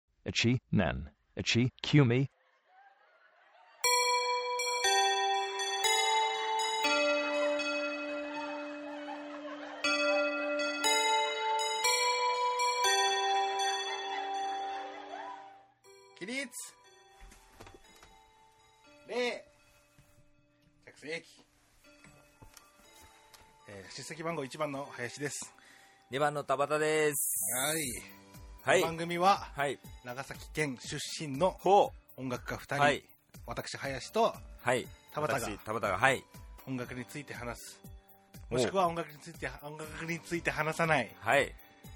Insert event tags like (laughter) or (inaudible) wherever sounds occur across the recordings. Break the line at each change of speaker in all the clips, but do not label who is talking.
一年、一組、
起立礼着席、えー、出席番号1番の林です
2番の田畑です。
はい
はい。
この番組は
はい。
長崎県出身の
ほ
音楽家2人、
はい
私林と
う。はい。
田畑が
私田畑が、はい。
音楽について話すもしくは音楽について音楽について話さない
はい。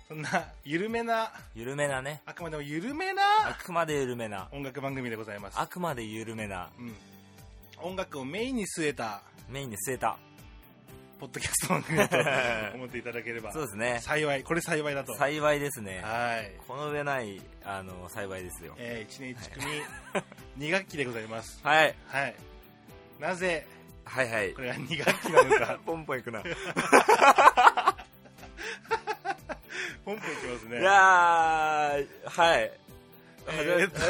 そんな緩めな
緩めなね。
あくまでも緩めな
あくまで緩めな。
音楽番組でございます
あくまで緩めな。
うん、音楽をメインに据えた
メインに据えた。
ポッドキャスト番組だ
(laughs)
と思っていただければ
そうですね。
幸いこれ幸いだとはい、
幸いですね。この上ない、あの、幸いですよ。
えー、1年1組2学期でございます
はい。
はいなぜ
はいはい
こ。れが2学期なの
(laughs)
か
ポンポンいくな。い
ポンポンいきますね
やー、はい。
えーっと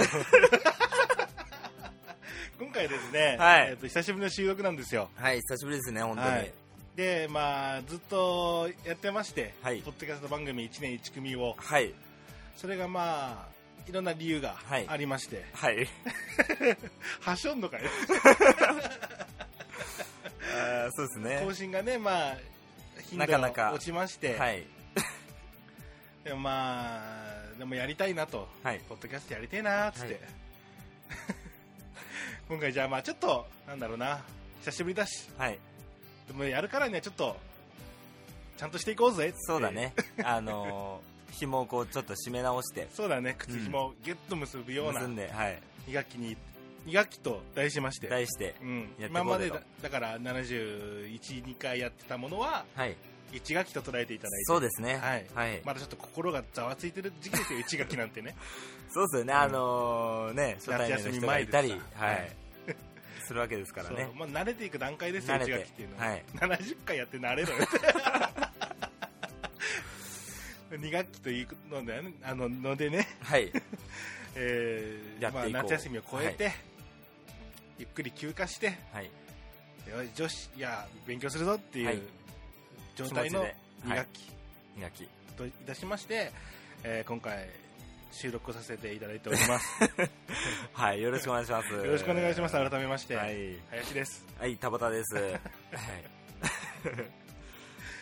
(laughs) 今回ですね、
はい
えーっと久しぶりの収録なんですよ
はい、久しぶりですね、本当に。
はいでまあずっとやってまして、
はい
ポッドキャスト番組1年1組を
はい。
それがまあいろんな理由が
はい
ありまして、
はい。
はしょんのかよ
あーそうです
更
ね。
新がねまあ頻度
なかな
が
か
落ちまして
はい。
でもまあでもやりたいなと
はい。
ポッドキャストやりてえなっつって、
はい
(laughs) 今回じゃあまあちょっとなんだろうな久しぶりだし
はい。
でもやるからにはちょっとちゃんとしていこうぜってい
そうだね。あのー、紐をこう、ちょっと締め直して。
そうだね靴紐をギュッと結ぶような
結んで、はい。
2学期に2学期と題しまして
題して、
うん、
やってこうぜと
今までだだから712回やってたものは
はい。
1学期と捉えていただいて
そうですね。
はい
はい。
まだちょっと心がざわついてる時期ですよ、1学期
(laughs)
なんてね。
そうですよね。あのー、ね、初対面の人がいたり、
夏
は
休み前ですから
い。するわけですからね
そう。まあ、慣れていく段階ですよ、1
慣れて
学期っていうのは。
はい
70回やって (laughs) 慣れろよ。2学期というので、あののでね、
はい。
えー
やっていこう
まあ、夏休みを超えて、ゆっくり休暇して、 (laughs)
はい。
よし女子、いや、勉強するぞってい
は
う
い
状態の
気持ちで
2
はい
学期
2学期。
といたしまして、えー今回、収録をさせていただいており
(laughs)
ます。
はい。よろしくお願いします。よ
よろしくお願いします、改めまして。
はい。
林です。
はい、田
(laughs)
畑です。はい。 (laughs)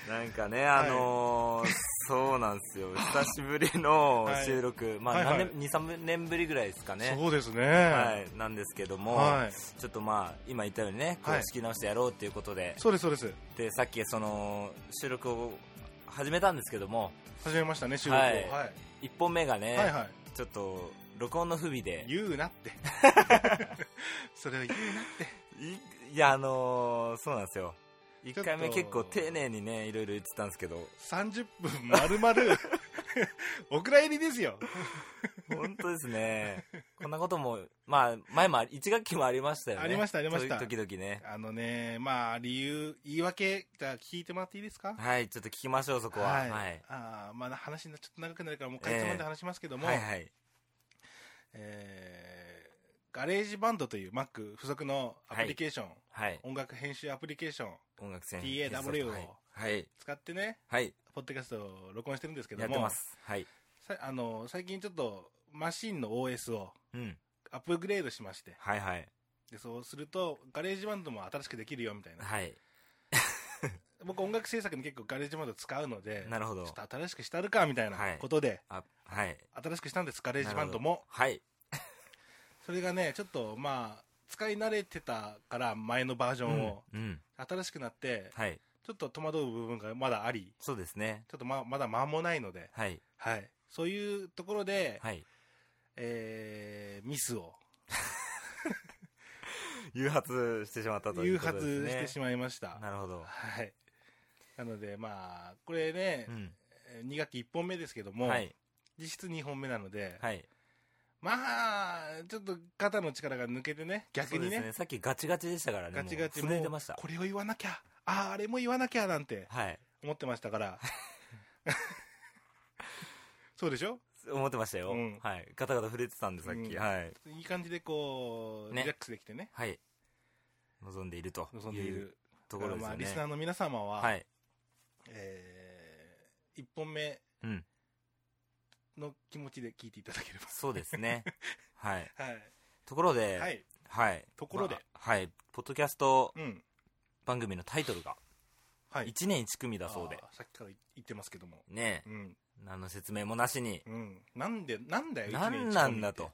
なんかね、あのーそうなんです
(laughs)
よ。久しぶりの
はい
収録、まあ、
はいはい
何年、2、3年ぶりぐらいですかね。
そうですね。
はい、なんですけども、
はい
ちょっとまあ今言ったようにね、こ
はいう
仕切り直してやろうということで、
そうです、そうです。
でさっきその収録を始めたんですけども、
始めましたね、収録を。は
はいい。1本目がね、
はいは
ちょっと録音の不備
い
で、
言うな
(laughs)
って。それを言うなって。
いいや、あのーそうなんですよ、1回目
ちょっ
結
と
構丁寧にね、いろいろ言ってたんですけど、
30分丸々、お蔵入りですよ。
本当ですね、こんなことも、まあ前も1学期もありましたよね、
ありましたありました
そういう時々ね、
あのね、まあ、理由、言い訳、じゃあ聞いてもらっていいですか
はい、ちょっと聞きましょう、そこは。はい、はい
あーまあ、話、ちょっと長くなるから、もう一回つまんで話しますけども、
はい、
えーガレージバンドという Mac 付属のアプリケーション、
はい、
音楽編集アプリケーション
音楽戦
TAW を
はい、はい
使ってね、
はい、
ポッドキャストを録音してるんですけど
や
も、
ってます。はい。
さあの最近ちょっとマシンの OS を
うん。
アップグレードしまして
はいはい。
でそうするとガレージバンドも新しくできるよみたいな
はい。
僕音楽制作に結構ガレージバンド使うので
なるほど
ちょ。っと新しくしたるかみたいな
はい
ことで、
あはい。
新しくしたんですガレージバンド
なる
も
ほどはい。
それがねちょっとまあ使い慣れてたから前のバージョンを、
うん。うん
新しくなって
はい。
ちょっと戸惑う部分がまだあり
そうですね。
ちょっとままだ間もないので、
はい。
はい、そういうところで、
はい。
えーミスを
誘発してしまったとい
誘
うこと
発
ですね。
してしまいました、
なるほど。
はい。なので、まあ、これね
う、ん。
2学期1本目ですけども、
はい。
実質2本目なので、
はい。
まあ、ちょっと肩の力が抜けてね、逆に
そう
ね、
ですさっきガチガチでしたからね。
ガチガチ
もう震えてました。
これを言わなきゃ、ああ、あれも言わなきゃなんて
はい。 (laughs)
思ってましたから。そうでしょ
思ってましたよ、
うん
はいガタガタ震えてたんでさっき、
うん
はい
いい感じでこう、
ね
リラックスできてね、
はい望んでいると
望んでいる。
ところです
まあ、
よ
リ
ね
スナーの皆様は、
はい
えー、1本目
うん
の気持ちで聞いていただけれ
そうです
(laughs)
ねはい
ば。はい。
ところで
はい。
はい
ところで
まあはいポッドキャスト
うん。
番組のタイトルが
はい。
1年1組だそうで
あーさっきから言ってますけども。
ねえ
うん。
何の説明もなしに
うん。なんで、なんだよ、一年一組っ
何
て
なんだと。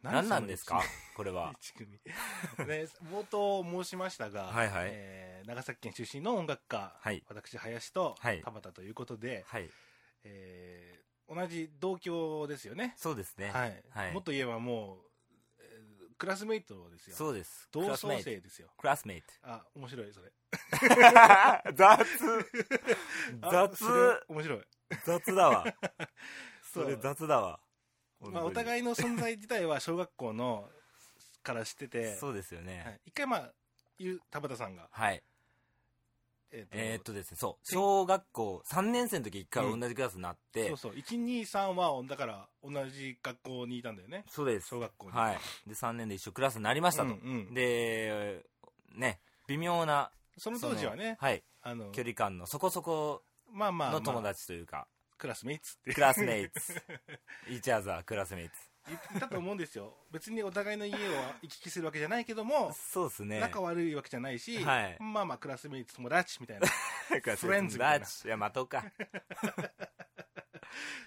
何なんですか
そ
これは
(laughs) の一組ね、冒頭申しましたが、
はいはい
えー長崎県出身の音楽家、
はい
私、林と
はい
田畑ということで、
はい
えー同じ同郷ですよね。
そうですね
はい、
はい
もっと言えばもう、えークラスメイトですよ。
そうです
同窓
クラスメイト
生ですよ。
クラ
(laughs)
スメイト
あ、面白い、それ。
雑
あ
(laughs) 雑
それ面白い。
雑だわ
(laughs)
そ
そう
れ雑だわ
まあ、お
い
互いの存在自体は小学校のから知ってて、
(laughs) そうですよ
は
ね
い一回まあ、ゆ田畑さんが、
はい
えー
えーっとですねそう小学校3年生の時一回同じクラスになって
そうそう、123は、だから、同じ学校にいたんだよね。
そうです
小学校に。い。
はいで3年で一緒クラスになりました
うん
と
うん、
でね微妙な
その当時はね、
そのはい
あの、
距離感のそこそこ
まあまあ、
の友
まあ
達というか
クラスメイツって
クラスメ
(laughs)
イツ each other クラスメイツ
言ってたと思うんですよ。別にお互いの家を行き来するわけじゃないけども、
そうですね
仲悪いわけじゃないし、
はい
まあまあ、クラスメイツ友達みたい
(laughs)
な。
フ
レンズみたいな
チいや待とうか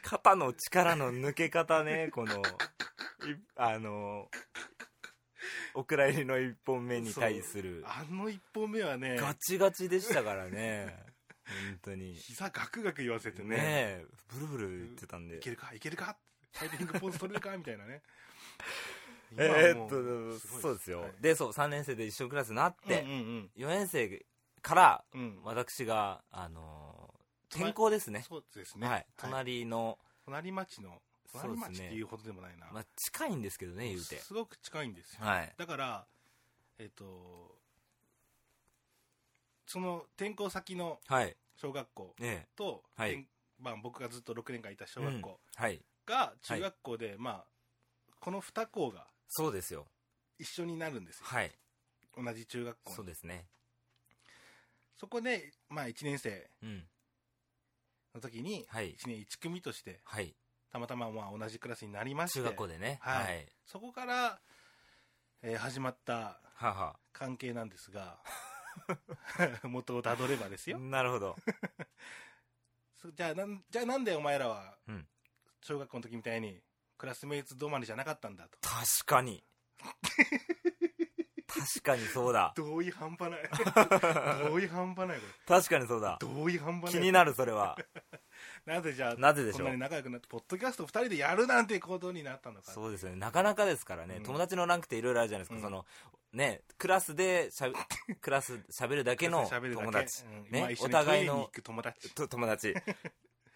肩の力の抜け方ねこのいあのお蔵入りの一本目に対する
あの一本目はね、
ガチガチでしたからね本当にね
膝ガクガク言わせてね、
えブルブル言ってたんで
いけるか、いけるか、ファイティングポーズ取れるかみたいなね。
(laughs)
今
えーっ
はも
と
ごい
そうですよ、
はい
でそう3年生で一緒クラスになっ
うん
て、
うん
4年生から
うんうん
私があの転校ですね
そうですね。
はい、隣の、
隣町の、
そう
隣
です
町
ね
っていうほどでもないな。
まあ、近いんですけどね言うて
すごく近いんですよ。
はい
だから、えっ、と、その転校先の
はい
小学校
ね
と、
はい
転まあ、僕がずっと6年間いた小学校
えはい
が中学校で、まあ、この2校が
そうですよ
一緒になるんですよ。
はい
同じ中学校の
そうですね
そこで、まあ、1年生
うん
の時に、
はい
1年1組として、
はい
たまたままあ同じクラスになりまして、
中学校でね
は
はいい
そこから、えー始まった
はは
関係なんですが、 (laughs) 元をたどればですよ。
なる
(laughs)
ほど
そじゃあなん、じゃあなんでお前らは
うん、
小学校の時みたいに、クラスメイツ止まりじゃなかったんだと。
確
(laughs)
かに確かにそうだ
同意半端ない。 (laughs) 同意半端ない、こ
確かにそうだ
れ。同意半端
気
ない。
になるそ
(laughs)
れは
なぜじゃあ、
なぜでし
こん
ょ
な
う
に仲良くなって、ポッドキャスト2人でやるなんてことになったのか。
そうですよねなかなかですからね、
うん
友達のランクっていろいろあるじゃないですか、
うん
そのねクラスでしゃべ
(laughs)
クラスしゃべるだけの
喋るだけ
友達、
(laughs) うんまあ
ね
一緒にトイ
お
レ
互い
に行
の
く友達。
と友達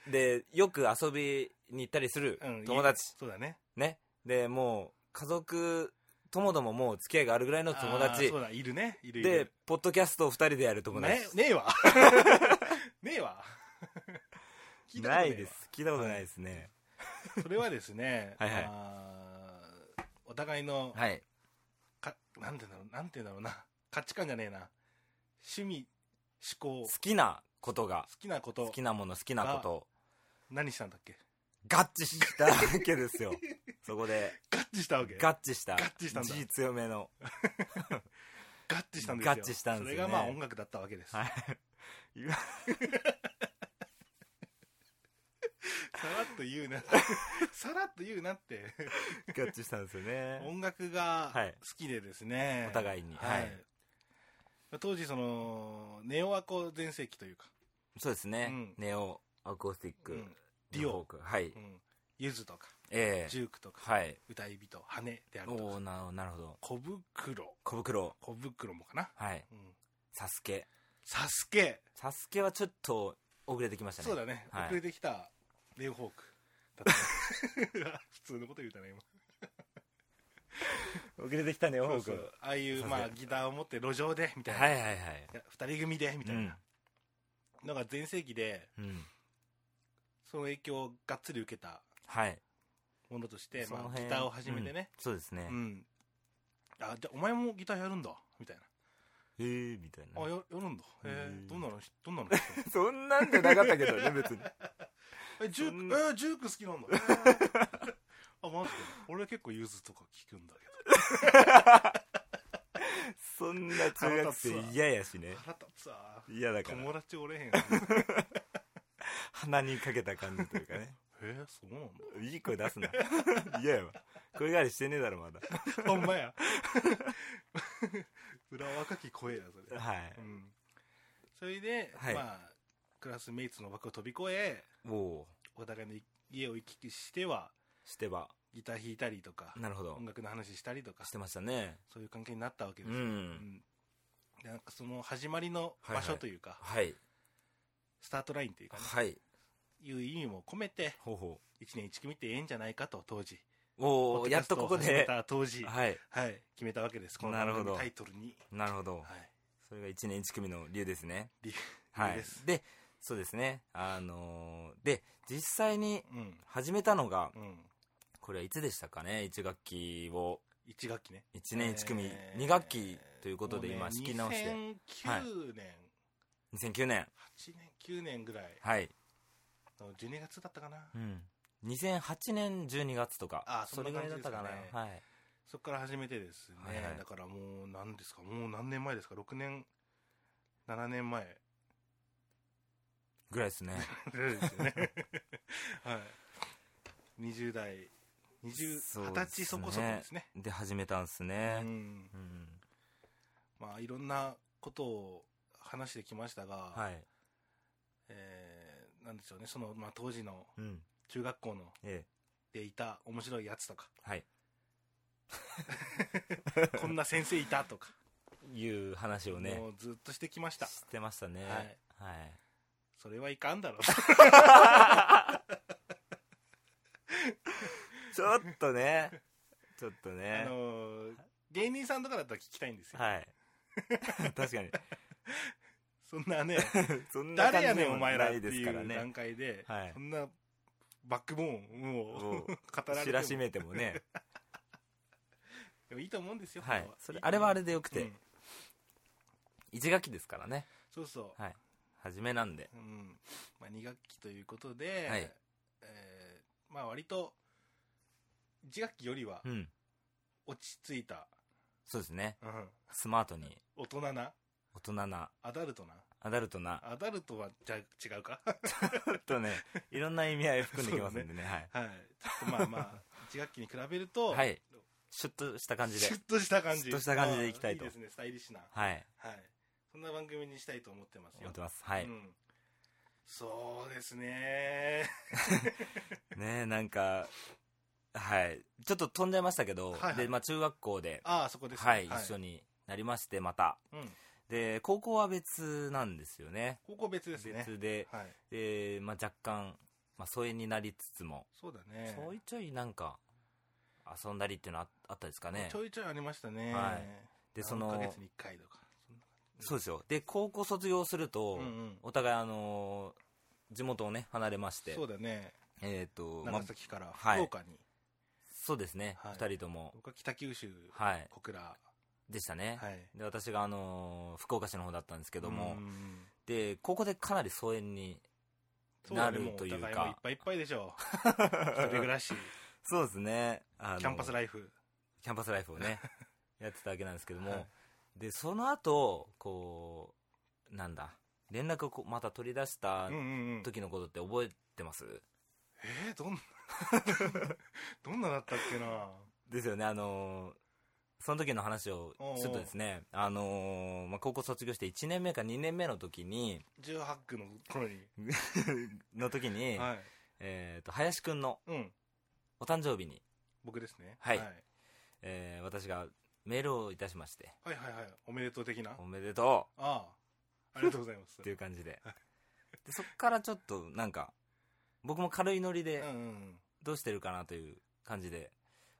でよく遊びに行ったりする
うん
友達、
そうだね。
ね。で、もう、家族ともどももう付き合いがあるぐらいの友
あー
達
そう。だ、いるね。いるいる。
で、ポッドキャストを二人でやる友達
ね。ねえ
(laughs)
わねえわ聞いたこと
な
ねえわ
いです。聞いたことないですね。
それはですね
はいはい
あーお互いの、
はい。
かなんていうんだろうなんていうんだろうな価値観じゃねえな趣味思考
好
好
きなことが、
きなこと
好きなもの、好きなことを
何したんだっけ
合致したわけですよ。そこで、
ガッチしたわけガッ
合致した。
合致したんだ
G 強めの。
チしたんですよ
合致したんです
それが
よね
まあ音楽だったわけです、
はい。
さらっと言う
(laughs)
なさらっと言うなって
(laughs) 合致したんですよね。
音楽が
はい
好きでですね、
お互いに
は
はい
い当時そのネオアコ全盛期というか、
そうです
う
ね
ん。
ネオ、アコースティッ
う
ク
ん、ディオ、
ク。はい
うん。、ゆずとか
ええ
ジ。ュークとか、
はい。
歌い人羽であると
おー
か
ななるほど。
小袋
小袋。
小袋もかな、
はい。
うん、
サスケ。
サスケ
サスケはちょっと遅れてきましたね。
そうだね、
はい
遅れてきたレオホークだった
(laughs)
ね (laughs) 普通のこと言うたね今
遅れてきたね、
そうそうああいう、まあ、
さすが
ギターを持って路上でみたいな、
はいはいはい。
いや二人組でみたいなのが全盛期で
うん。うん。
その影響をがっつり受けた
はい。
ものとして、
その
まあ、
辺
ギターを始めてね、
そうですね
うん。。あ、じゃあお前もギターやるんだ、みたい
へえみたい
な。あ、
な。
ややるんだ。え
う
ー、
ん
どんなの、どんなの (laughs)
そんなんじゃなかったけどね、別に。
え、ジュ
そ
ー
ん
ク、
な
えージューク好き
(laughs)
なんだ。えーあ、マジで。俺結構ゆずとか聞くんだけ
そんな中学生嫌やしね
ど。。腹立つわ。
嫌だから。
友達おれへんやん。
鼻にかけた感じというかね。
えー、そうなんだ。
(laughs) いい声出すな。 (laughs) 嫌やわ。声変わりしてねえだろ、まだ。
ほんま
(laughs)
や。 (laughs) 裏若き声や、それ。
はい。
うん。それで、
はい
まあ、クラスメイツの枠を飛び越え、
おう
お互いの家を行き来しては、
してば。
ギター弾いたりとか、
なるほど
音。楽の話したりとか
し、てましたね。
そういう関係になったわけで
う。
すよ。うんんでなんかその始まりの場所というか、
はい。
スタートラインというかね、
はい。
いう意味も込めて、
ほうほ
1年1組ってええんじゃないかと、当時。ポ
う。おお
ッドキ
や
ャ
っ
スト
と
を
ここ
始め
で。
た当時、
はい。
はい、決めたわけです。この
なる
番
ほど
組タイトルに。
なるほど。
はい。
それが1年1組の理由ですね。
理由
は
理由で
い
す。
で、そうですね。あのーで、実際に
うん。
始めたのが、
うん。
これはいつでしたかね ?1 学期を、
1学期ね。
1年1組、
えー
2学期ということで今
もうね
仕切り直して、
2009年、
2009年。
8年、9年ぐらい
はい。
の12月だったかな。
うん。2008年12月とか。
あそ
そ
んな
れぐらいだったか
感じですか
な。はい。
そこから始めてですね、
はいはい
だからもう何ですか、もう何年前ですか、6年、7年
(laughs)
前 (laughs)
ぐらい (laughs) ですね。
ですよね。はい。20代、20、
そうです
20
ね
歳そこそこですね。
で、始めたんす
うん。
ね。うん。
まあ、いろんなことを話してきましたが、
はい。
えーなんでしょうね、その、まあ、当時の
うん。
中学校の
ええ。
でいた面白いやつとか、
はい。
こんな先生いたとか、
いう話をね
も、うずっとしてきました。
してましたね。
はい
はい。
それはいかんだろ
ちょっとね。 (laughs) ちょっと
(laughs) う。あ
ね。
のー芸人さんとかだったら聞きたいんですよ。
はい。 (laughs) 確かに。
そんなね、
(laughs) そんな
誰や
感じ
ねん
で
お
もな
前らって
いです
い
から
う段
ね。
階で、
はい
そんなバックボーンを
もう
(laughs) 語ら
知
れ
らして
も
めても (laughs) ね。
でもいいと思うんですよ。
はい
こ。
それ、あれはあれ
で
でよくて。一学期ですからね。
そうそ
はい。初めなんで。
う。うん。まあ、2学期ということで、
はい
えーまあ割と、1学期よりは
うん。
落ち着いた、
そうですね。
うん
スマートに、
大人な、
大人な、
アダルトな。
アダルトな、
アダルトはじゃ違うか
ちょっとね、いろんな意味合い含んできますんでね。はい。
はい。ちょっとまあま
(laughs)
あ、1学期に比べると、
はい。シュッとした感じ
シュ
で
ッ。とした感じ。
シュッとした感じでいきたいと
ああいいですね、スタイリッシュな。
はい。
はい。そんな番組にしたいと思ってますよ。
思ってます。はい。
う
ね
ん。そうですね。
えなんか、はい。ちょっと飛んじゃいましたけど
はいはい、
で、まあ中学校で、
ああ、そこですね。
はい、一緒になりまして、また。
うん。
で、高校は別なんですよね。
高校別ですね。
別で、
はい。
で、まあ若干、まあ疎遠になりつつも、
そうだね。
ちょいちょいなんか、遊んだりっていうのはああったですかね
ち。ょいちょいありましたね。
はいで、
で、
そ
その。1ヶ
の
月、に1回とか。そんな
そうですよ。で、高校卒業すると
うんうん、
お互いあのー、地元をね、離れまして、
そうだね。
えっと、まあ
長崎から
はい
福岡に、
そうですね、
はい
二人とも、
僕は北九州、
はい、
小倉。
でしたね。
はい。
で、私があのー福岡市の方だったんですけども
う、ん
で、ここでかなり疎遠に、
そうだね
なるというか
もお互もいっぱいいっぱいでしょ
(laughs)
う。一人暮らし、
そうですね、あの
キャンパスライフ。
キャンパスライフ
(laughs)
をね、やってたわけなんですけども、
はい
で、その後、こう、なんだ、連絡をこうまた取り出した
うんうんうん。
時のことって覚えてます、
えー、どんな、 (laughs) どんなだったっけな
ですよね、あのーその時の話をするとですね、あのーまあ、高校卒業して1年目か2年目の時に、
18区の頃に。
の時に、
はい。
えっ、と、林くんの
うん。
お誕生日に、
僕ですね。
はい
はい
えー私がメールをいたしまして、
はいはいはい。おめでとう的な。あ
おめでと
あ。ありがとうございます。
うっていう感じで。でそっからちょっと、なんか、僕も軽いノリ
うんう
で
んうん。
どうしてるかなという感じで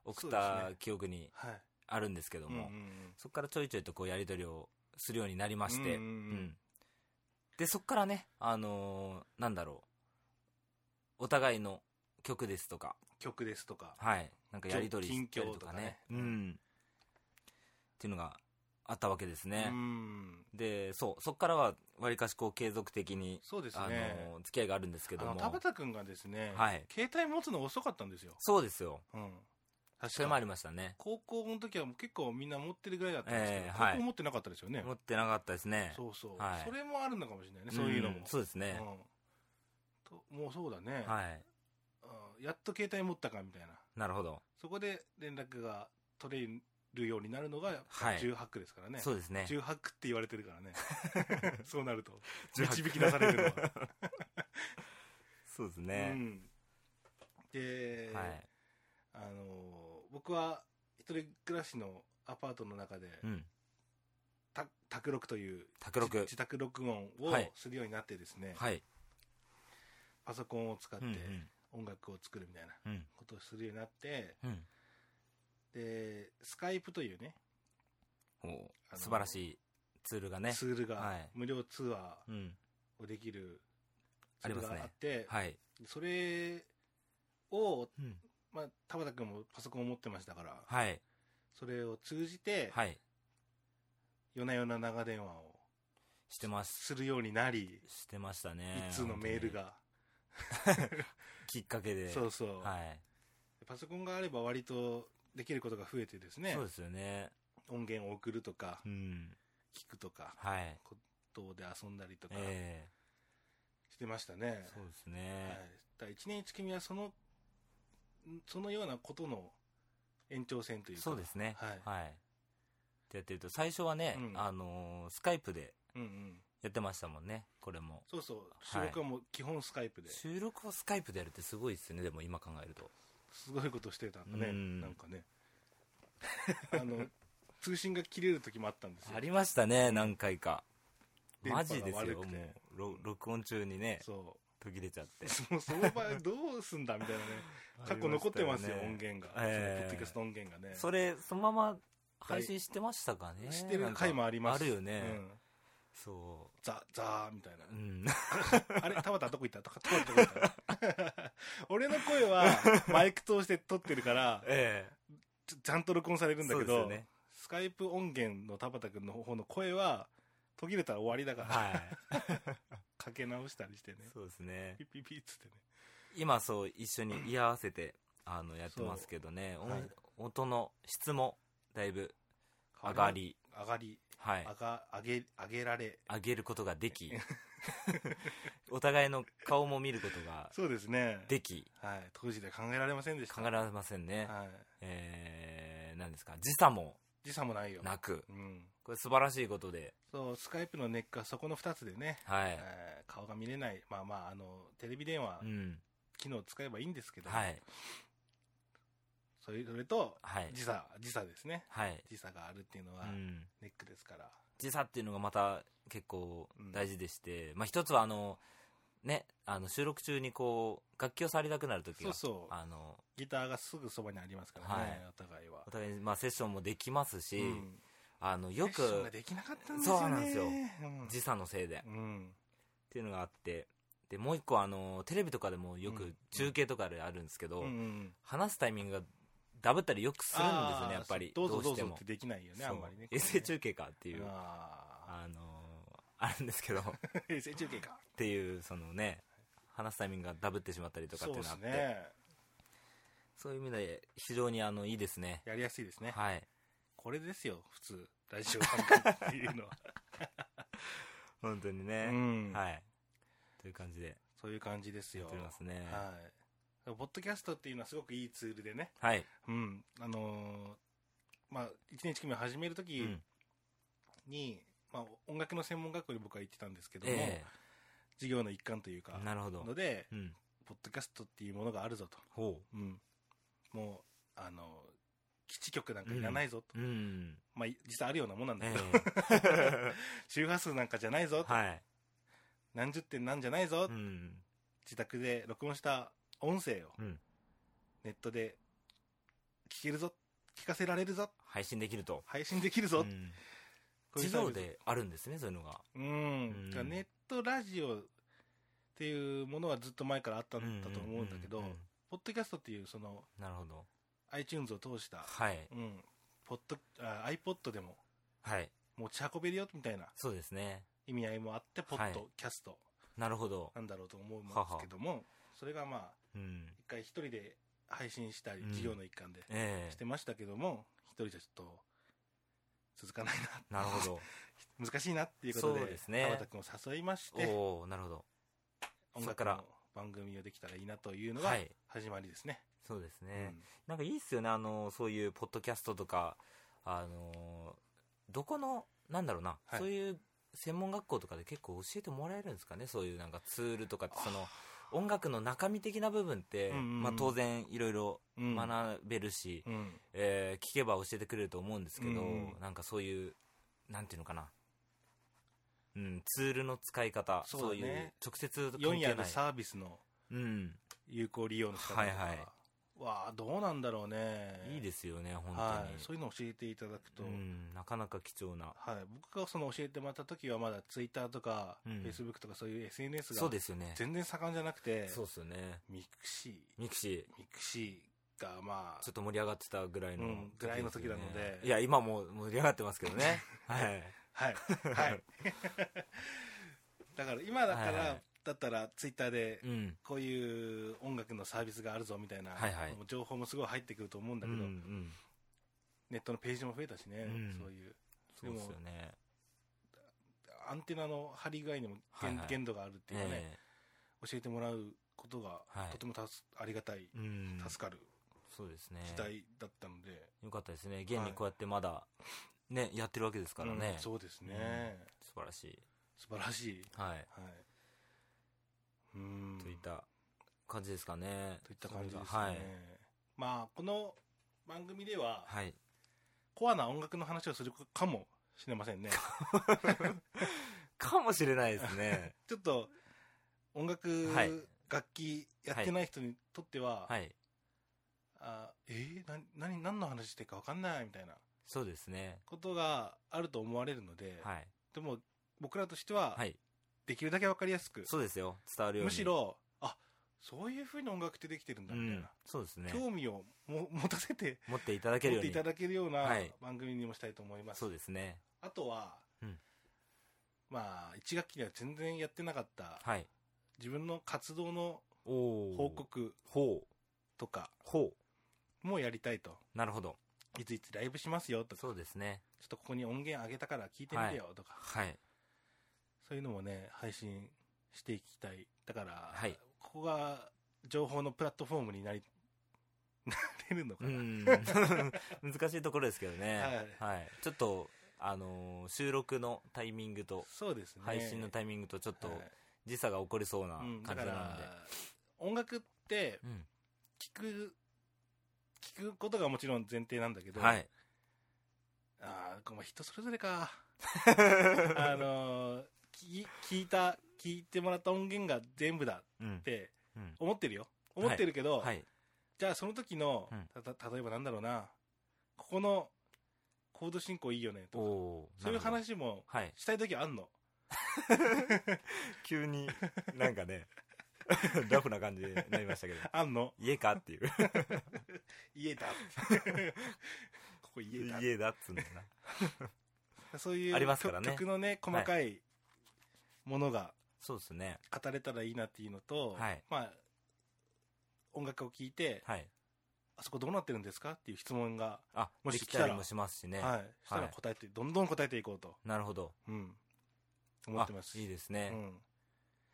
送っ
そうです
た
ね
記憶に
はい。
あるんですけど
うんうんう
も、
ん。
そっからちょいちょいとこうやり取りをするようになりまして、
うんうんうん
うんで、そっからね、あのーなんだろう、お互いの曲ですとか、
曲ですとか、
はい、なんかやり取りしたりとかね、
近況とかね
うん、っていうのがあったわけです
う
ね。
ん
で、そう、そこからはわりかしこう継続的に、
そうです
あ
ね
の、付き合いがあるんですけ
あ
ど
の
も、
田畑君がですね、
はい
携帯持つの遅かったんですよ、
そうですよ。
うん、確
それもありましたね。
高校の時はもう結構みんな持ってるぐらいだったんですけど、
ええはい
高校持ってなかったですよね
持ってなかったですね。
そうそう、
はい
それもあるのかもしれないねそういうのも、
んそうですね。
うんともうそうだね、
はい。
うんやっと携帯持ったかみたいな
なるほど。
そこで連絡が取れるようになるのが
はい
18区ですからね、
そうですね。
18区って言われてるから
(laughs)
ねそうなると
18
導き出されるのは、
(laughs) そうです
う
ね。
んで、
はい。
あの僕は一人暮らしのアパートの中で、
うん。
た宅録という
宅録
自自宅録音を
はい
するようになってですね、
はい。
パソコンを使って
うん
音楽を作るみたいな
うん。
ことをするようになって
うん。
でスカイプというね
うんお
あの
素晴らしいツールがね。
ツール
は
が
い
無料ツア
うん。
ーをできる
あ
ツ
り
ー
ま
ル
すね
があって
はい。
それを、
うん。
まあ、田畑君もパソコンを持ってましたから
はい。
それを通じて
はい。
夜な夜な長電話を
してます。
するようになり
してましたね。
一通のメール。が
きっかけで。
そうそう、
はい。
パソコンがあれば割とできることが増えてですね
そうですよね。
音源を送るとか
うん。
聞くとか
はい。
どうで遊んだりとか
え
してましたね
え。そうです
はい
ね。、
だ1年1組はそのんそのようなことの延長線というか
そうですね。
はい
はい。ってやってると、最初はね
う、ん
あのー、スカイプで
うんうん、
やってましたもんね。これも。
そうそう収
はい
録はもう基本スカイプで、
収録をスカイプでやるってすごいですね。でも今考えると。
すごいことしてたんだね
うん
なんかね (laughs) あの通信が切れる時もあったんですよ
ありましたね、何回か。
電波
マ
が
ジです
悪
よ、
く
も
て
う、ろ録音中にね、
そ
途切れちゃって
う。そのその場合どうすんだみ
(laughs)
たいなね過去残ってますよ、音源が、
え
そのポ
え
ッドキャスト音源がね
それ、そのまま配信してましたかね。
知ってる回もあります
あるよね。
うん
そ
ザザーみたいな
う。
(laughs)
うん。 (laughs)
あれ、田畑どこ行ったとか、田畑どこ行った (laughs) 俺の声はマイク通して撮ってるから、
え
ちちゃんと録音され
え
るんだけ
そう
ど、
ですよね。
スカイプ音源の田畑君の方の声は、途切れたら終わりだから、
はい。
かけ直したりしてね。
そうですね
ピ。ッピッピッつってね。
今、そう、一緒に居合わせて、あの、やってますけどね、
そうはい
音音の質も、だいぶ、上が。り、
上がり。
はい
上。が、上げ、上げられ。
上げることが
(laughs)
でき、お互いの顔も見ることが
そうですね。
でき、
はい。当時では考えられませんでした。
考えられませんね。
はい。
えー、なんですか、時差も
時差もないよ。
なく、
うん。
これ素晴らしいことで、
そう、スカイプのネックはそこの2つでね、
はい。
えー顔が見れない。まあまあ、あの、テレビ電話
うん。
機能を使えばいいんですけど、
はい。
それそれと
はい。
時差時差ですね
はい。
時差があるっていうの
う
は
ん。
ネックですから、
時差っていうのがまた結構大事でして、まあ一つはあの、ね、あの収録中にこう、楽器を触りたくなるとき
そう
が、
そう
あの、
ギターがすぐそばにありますからね、
はい
お互いは
お、互いに、まあセッションもできますし、
うん
あの、よ
セッションが
く、
できなかったんですよね
そうなんですよ
うん
時差のせいで、
うん
っていうのがあってでもう一個あのテレビとかでもよ
う
く
ん
中継とかであるんですけど、
うんうん
話すタイミングがダブったりよくするんですよねやっぱり
あーそうどうぞど
し
う
て
ぞ
も
ってできないよねあんまりね
衛星中継かっていう
あ
あのー (laughs) あるんですけどっ
ー (laughs) 衛星中継か
ていうそのね話すタイミングがダブってしまったりとかっ
そう
てい
で
う
す
のがあってそう,、
ね
いう意味で非常にあのいいですね
やりやすいですね
はい
これですよ普通ラジオ番組っていうのは、
本当に
う
(laughs) ね、
ん
はいという感じで
そういう感じです
や
よ
っておりますね
はいポッドキャストっていうのはすごくいいツールでね
はい、
うん、あのーまあ、一年一組を始めると
う
き
ん、
に、まあ、音楽の専門学校に僕は行ってたんですけども、
え
授業の一環という
え
か、
なるほど
ので、
うん
ポッドキャストっていうものがあるぞと。
ほ
うんもう、あのー基地局なんかいらないぞと。
ううん
まあ、実際あるようなもんなんだ
え
けど、 (laughs) 周波数なんかじゃないぞ
え
と、
はい、
何十点なんじゃないぞ、
うん、
自宅で録音した音声を、
うん
ネットで聞けるぞ、聞かせられるぞ、
配信できると
配信できるぞ、
うん
こういう
地
サービ
上
ス
であるんですねそういうのが
うん、だから
うん
ネットラジオっていうものはずっと前からあったんだと思うんだけど、
うん
ポッドキャストっていう、その、
なるほど。
iTunes を通した、
はい。
うん、ポッド、あ iPod でも
はい。
持ち運べるよ、みたいな
そうですね。
意味合いもあって、ポッドキャスト
なるほど。
なんだろうと思うんですけども、それがまあ、
うん。
一回一人で配信したり
う、ん
授業の一環で
え
し
え
てましたけども、一人じゃちょっと、続かないな。
なるほ
(laughs) 難しいなっていうことで、
そうですね
川田君を誘いまして、
ど。おおなるほど。
音
そっ
楽
から
の番組をできたらいいなというのが
はい。
始まりですね。
そうです
う
ね。
ん
なんかいいっすよね、あの、そういうポッドキャストとか、あの、どこの、なんだろうな、
はい
そういう専門学校とかで結構教えてもらえるんですかね、そういうなんかツールとかって、その、音楽の中身的な部分って、
うんうんうん
まあ当然いろいろ
うん
学べるし、
うん
えー聞けば教えてくれると思うんですけど、
うんうん
なんかそういう、なんていうのかな、うん、ツールの使い方、
そ
そうう,、
だね
いう直接
4
関係
夜
な
の
い。
サービスの
うん、
有効利用の仕方とか、
はいはい
わあどうなんだろうね
いいですよね、本当に。
はい、そういうのを教えていただくと、
うん、なかなか貴重な。
はい、僕がその教えてもらった時はまだツイッターとか、
うん
フェイスブックとかそういう SNS
そう
が
ですよね。
全然盛んじゃなくて、
そうっすよね。
ミクシ
ミクシ
ーミクシーがま
ー、ち
あ
ょっと盛り上がってたぐらいの、
うんぐらいの時なので
いや、今も盛り上がってますけど
(laughs)
ね。はい。
はいはい
(laughs)
だから今だから、
はいはい
だったらツイッターで
うん。
こういう音楽のサービスがあるぞみたいな、
はいはい
もう情報もすごい入ってくると思うんだ
う
け
ん、う
ど、
ん。
ネットのページも増えたしね、
うん
そういう
そうですよね。
アンテナの張り具合にも
はい
限,、
はい
限度があるっていうかね、
え
教えてもらうことが
はい
とてもたすありがたい、
えうん。
助かる
そうですね。
時代だったので、
よかったですね。現にこうやってまだ、ね、やってるわけですからね。
うん
素
そうですね、
晴らしい。
素晴らしい、
はい。
はい、うん
といった感じですかね。
といった感じですね、
はい。
まあこの番組では、
はい。
コアな音楽の話をするかもしれませんね
かもしれないですね。
ちょっと音楽、
はい
楽器やってない人にとっては、
(laughs) はい。
あえー、な何何の話してるか分かんないみたいな
そうですね。
ことがあると思われるので、
はい。
でも僕らとしては、
はい。
できるだけ分かりやすく
そうですよ。伝わるように。
むし、ろあそういうふうに音楽ってできてるんだ
う
みたい
ん
な、。
そうですね。
興味をも (laughs) 持たせて
持っていただけ
持
るよ
っ
う
て
に。
いただけるような
はい
番組にもしたいと思います、
そうですね。
あとは、
うん
まあ1学期には全然やってなかった
はい。
自分の活動の
お
報。告
ほう。
とか
ほ
もやりたいと
う。なるほど。
いついつライブしますよとか
そうですね。
ちょっとここに音源あげたから聞いてみてよとか、
はい。
そういうのもね、配信していきたい。だから、
はい
ここが情報のプラットフォームになり、 (laughs) なれるのか
う
な。
ん。 (laughs) 難しいところですけどね。はい。ちょっと、あのー、収録のタイミングと、
そうですね。
配信のタイミングとちょっと
はい
時差が起こりそうな
うん、だ
感
か
じなの
ら
で。、
音楽って
うん。
聞く、聞くことがもちろん前提なんだけど、
はい。
ああ、まあ人それぞれか。 (laughs) あのー聞聞いた、聞いてもらった音源が全部だ
う
っ
ん。
て
うん
思ってるよ。思ってるけど、
はい。
じゃあその時の、
うん
たた例えばなんだろうな、ここのコード進行いいよね
お
とか、そう
おー
いう。
なる
話も
ほどはい。
したい時あんの。
急に、なん
(laughs)
かね、ラフな感じになりましたけど。
あんの
家かっていう。
家
(laughs)
だ。ここ家だ。
家だっつうんだよな。
そういう
ありますからね
曲曲のね、細かいものが
そうですね。
語れたらいいなっていうのと、
はい
まあ、音楽を聴いて、
はい。
あそこどうなってるんですかっていう質問が、
あ、
も
も
し
し
来
来
たら
たりもしますしね。
はい。したら
はい
答えて、どんどん答えていこうと、
なるほど。
うん、思ってます。
あいいです
う
ね。
ん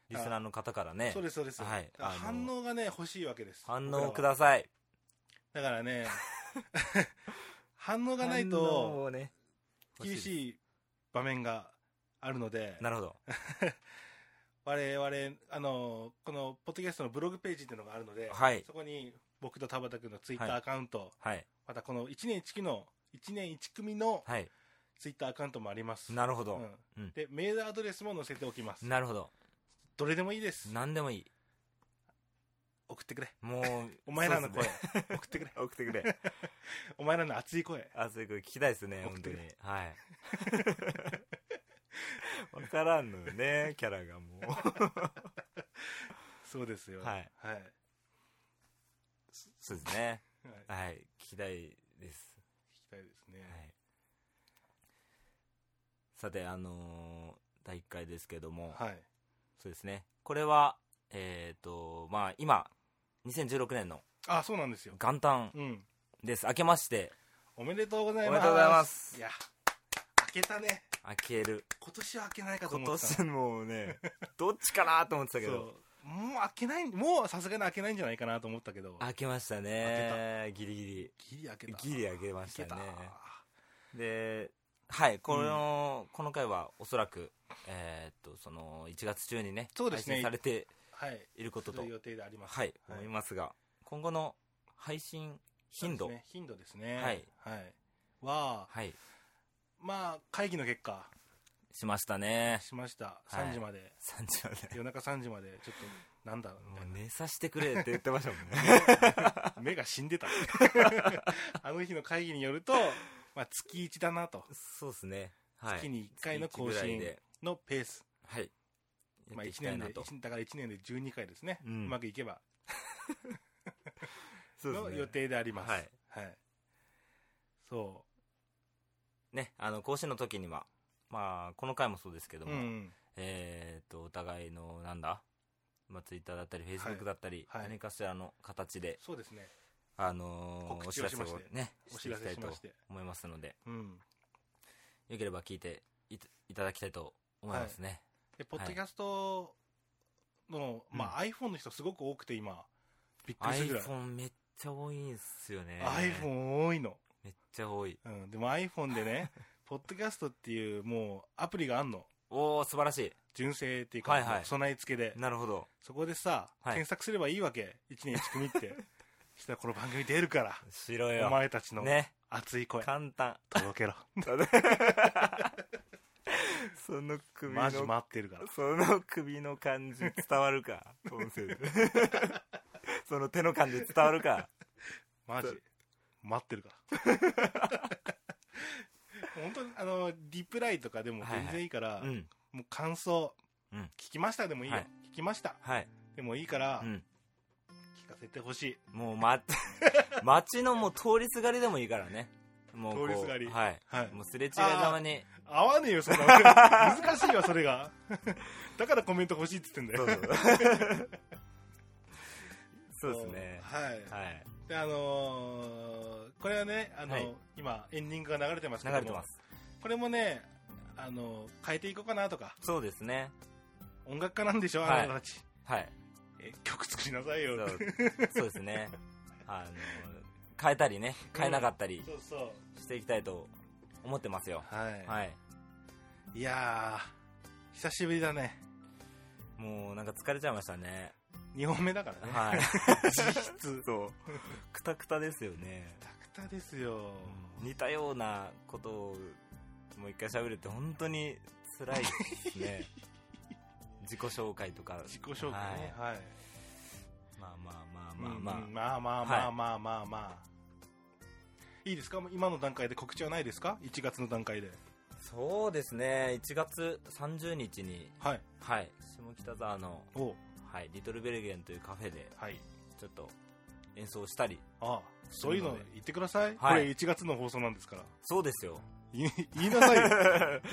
リスナーの方からね
そう、です、そうです。
はい
だから
あの
反応がね、欲しいわけです。
反応を
僕
く
らは
ださい。
だから
(laughs)
ね、反応がない
反応
と、
をね、
厳
い。
しい場面があるので、
なるほど。
我々、あの、この、ポッドキャストのブログページっていうのがあるので、
はい
そこに、僕と田畑君のツイッタ
は
ー
い
アカウント、
はい。
またこの1年1期の、1年1組の
はい。
ツイッターアカウントもあります。
なるほど。
うん
うん
で、メールアドレスも載せておきます。
なるほど。
どれでもいいです。
何でもいい。
送ってくれ。
もう、
(laughs) お前らの
そう
声
っすね、
送ってくれ。
送ってくれ。
お前らの熱い声。
あ、そういう声聞きたいですね、
送っ
本
て
当
く
に
れ。 (laughs)
はい。わからんのよね、キャラがもう。
そうですよ。
はい。
はい。
そうですね。
はい、聞
はい。聞きたいです。
きたいですね
は。い。さて、あのー第1回ですけども、
はい。
そうですね。これは、えっ、と、まあ、今、2016年の
あ、そうなんですよ。
元旦
うん。
です。明けまして、
おめでとうございます。
おめでとうございます
いや、開けたね。
明ける。
今年は開けないかと
今
思ってた。
年もうね、 (laughs) どっちかなと思ってたけ
そう
ど、。
もう開けない、もうさすがに開けないんじゃないかなと思ったけど、
明けましたね。ギリギリ。
ギリ開けた。
ギリ明けまし
開け
た
た
ね。で、はい、この、この回はおそらく、えーっと、その、1月中にね、
そうですね
配信されて
はい。
いること
と
と
いう、予定であります。
はい、思いますが、今後の配信頻度、
そうですね頻度ですね。
はい。
はい。は、
はい、
まあ、会議の結果、
しましたね。
しました。
はい
3時まで。
3時まで。
夜中3時まで、ちょっと、なんだ、み
も
た
う
いな
寝させてくれって言ってましたもん
(laughs)
ね。
目が死んで
(laughs)
た。あの日の会議によると、まあ、月1だなと。
そうですね。はい。
月に1回の
月一
更
ぐらい
新
で
のペース。
はい。や
ま
っ
あ、
てい
1
きたい
年
な
で、
と。
一だから1年で12回ですね。
う
うんまくいけば、
そう
の
です
予
ね。
定であります。
はい。
はい。そ
ね、あの、更新の時には、まあ、この回もそうですけ
う。
ど
う
も、
ん。
えー、とお互いのなんだ、まあ、ツイッターだったりフェイスブックだったり、
はい
何かしらの形で、
そうですね。
あのー、
告知をしまして
お知らせをね
お知らせ
してい
し
きたい
ま
と
して。
思いますので
うん。
よければ聞いていたいただきたいと思いますね、
で、ポッドキャストの、
うん
まあ、iPhone の人すごく多くて今、びっくりするぐらい。
iPhone めっちゃ多いんすよね
iPhone 多いの。
めっちゃ多い
うん。でも iPhone で
(laughs)
ね、ポッドキャストっていう、もう、アプリがあんの。
おお素晴らしい
純正っていうか、
はいはい
もう備え付けで。
なるほど
そこでさ、
はい
検索すればいいわけ。1年1組
(laughs)
って。したらこの番組出るか
白
ら、お
よ
前たちの
ね
熱い声、(laughs)
簡単 (laughs)
届けろ。
その首
マジ待ってるから。
(laughs) その首の感じ伝わるか音声で (laughs) その手の感じ伝わるか
マ
(laughs)
ジ
そう
待ってるから
(laughs)
本当にあのリプライとかでも全然いいから、
うん
もう感想、
うん
聞きましたでもいいよ、
はい
聞きました
はい、
でもいいから、
うん、
聞かせてほしい
もう、ま、 (laughs) 街のもう通りすがりでもいいからね。もうこう
通りすがり
はい。
はい
もうすれ違いざまに。
合わねえよそん
(laughs)
な難しいわそれがだからコメント欲しいっつってんだ
そ
よ (laughs)
うそうそうですね。
はい、
はい。
であのーこれはねあの、
はい
今エンディングが流れてますけ
流
ども
れてます。
これもねあの変えていこうかなとか
そうですね。
音楽家なんでしょ、
はい
あなたたち
はい。
え曲作りなさいよ
そうそうですね。あの、変えたりね、変えなかったり
そうそう
していきたいと思ってますよ。
はい、
はい。
い、やー久しぶりだね
もうなんか疲れちゃいましたね。
2本目だからね、 (laughs)
はい。
実質
そう。くたくたですよね。
タクタですよ、
似たようなことをもう一回喋るって本当に辛いですね
(laughs)
自己紹介とか
自己紹介ね
は
はい、
いまあまあまあまあまあ、
うんまあまあまあまあまあまあ、い、いですかもう今の段階で告知はないですか1月の段階で
そうですね1月30日に
はい
はい下北沢の、
お
はい、リトルベルゲンというカフェで
はい
ちょっと演奏したり
ああそういうの言ってください、
は
こ
い
れ1月の放送なんですから
そうですよ
言い言いな
(laughs)
さいよ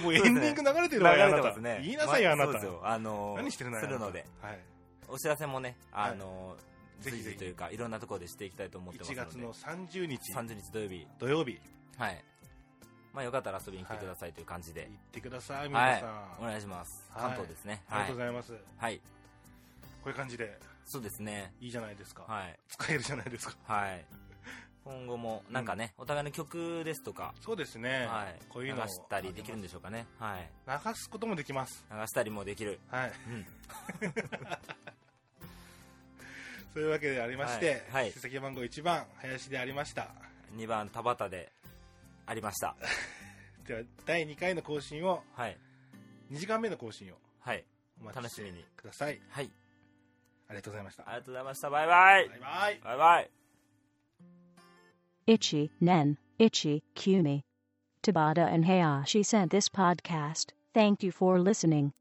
もうエンディング流れてるわよ、あなた、言いなさいよあな
そう
た、
ですよあのー
何してるのよ
するの
あなた
で
はい、
お知らせもねあのー、
ぜひぜひ
随時というかいろんなところでしていきたいと思ってます
1
ので
月の30日
30日土曜日
土曜日
はい。まあよかったら遊びに来てくださいという感じで
行っ。てください皆
はい
さん、。
お願いします。
はい
関東ですね。
ありが
は
とう
い
ご。ざいます、
はい。
こういう感じで
そうですね。
いいじゃないですか、
はい。
使えるじゃないですか
はい。今後も、なんかね、お互いの曲ですとか、
そうですね、
はい。
こういうのを
流したりできるん
で
でしょうかね。はい。
流すこともできます
流したりもできる。
はい
うん。
(laughs) そういうわけでありまして、
はいはい
出席番号1番林でありました
2番、田畑でありました。
では第2回の更新を
はい。
2時間目の更新を
はい。
お待ちして
楽しみに
ください
はい。
ありがとうございました
ありがとうございました。バイバイ
バイバイ
バイバイ
Ichi, Nen, Ichi, Kumi. Tabata and Hayashi sent this podcast. Thank you for listening.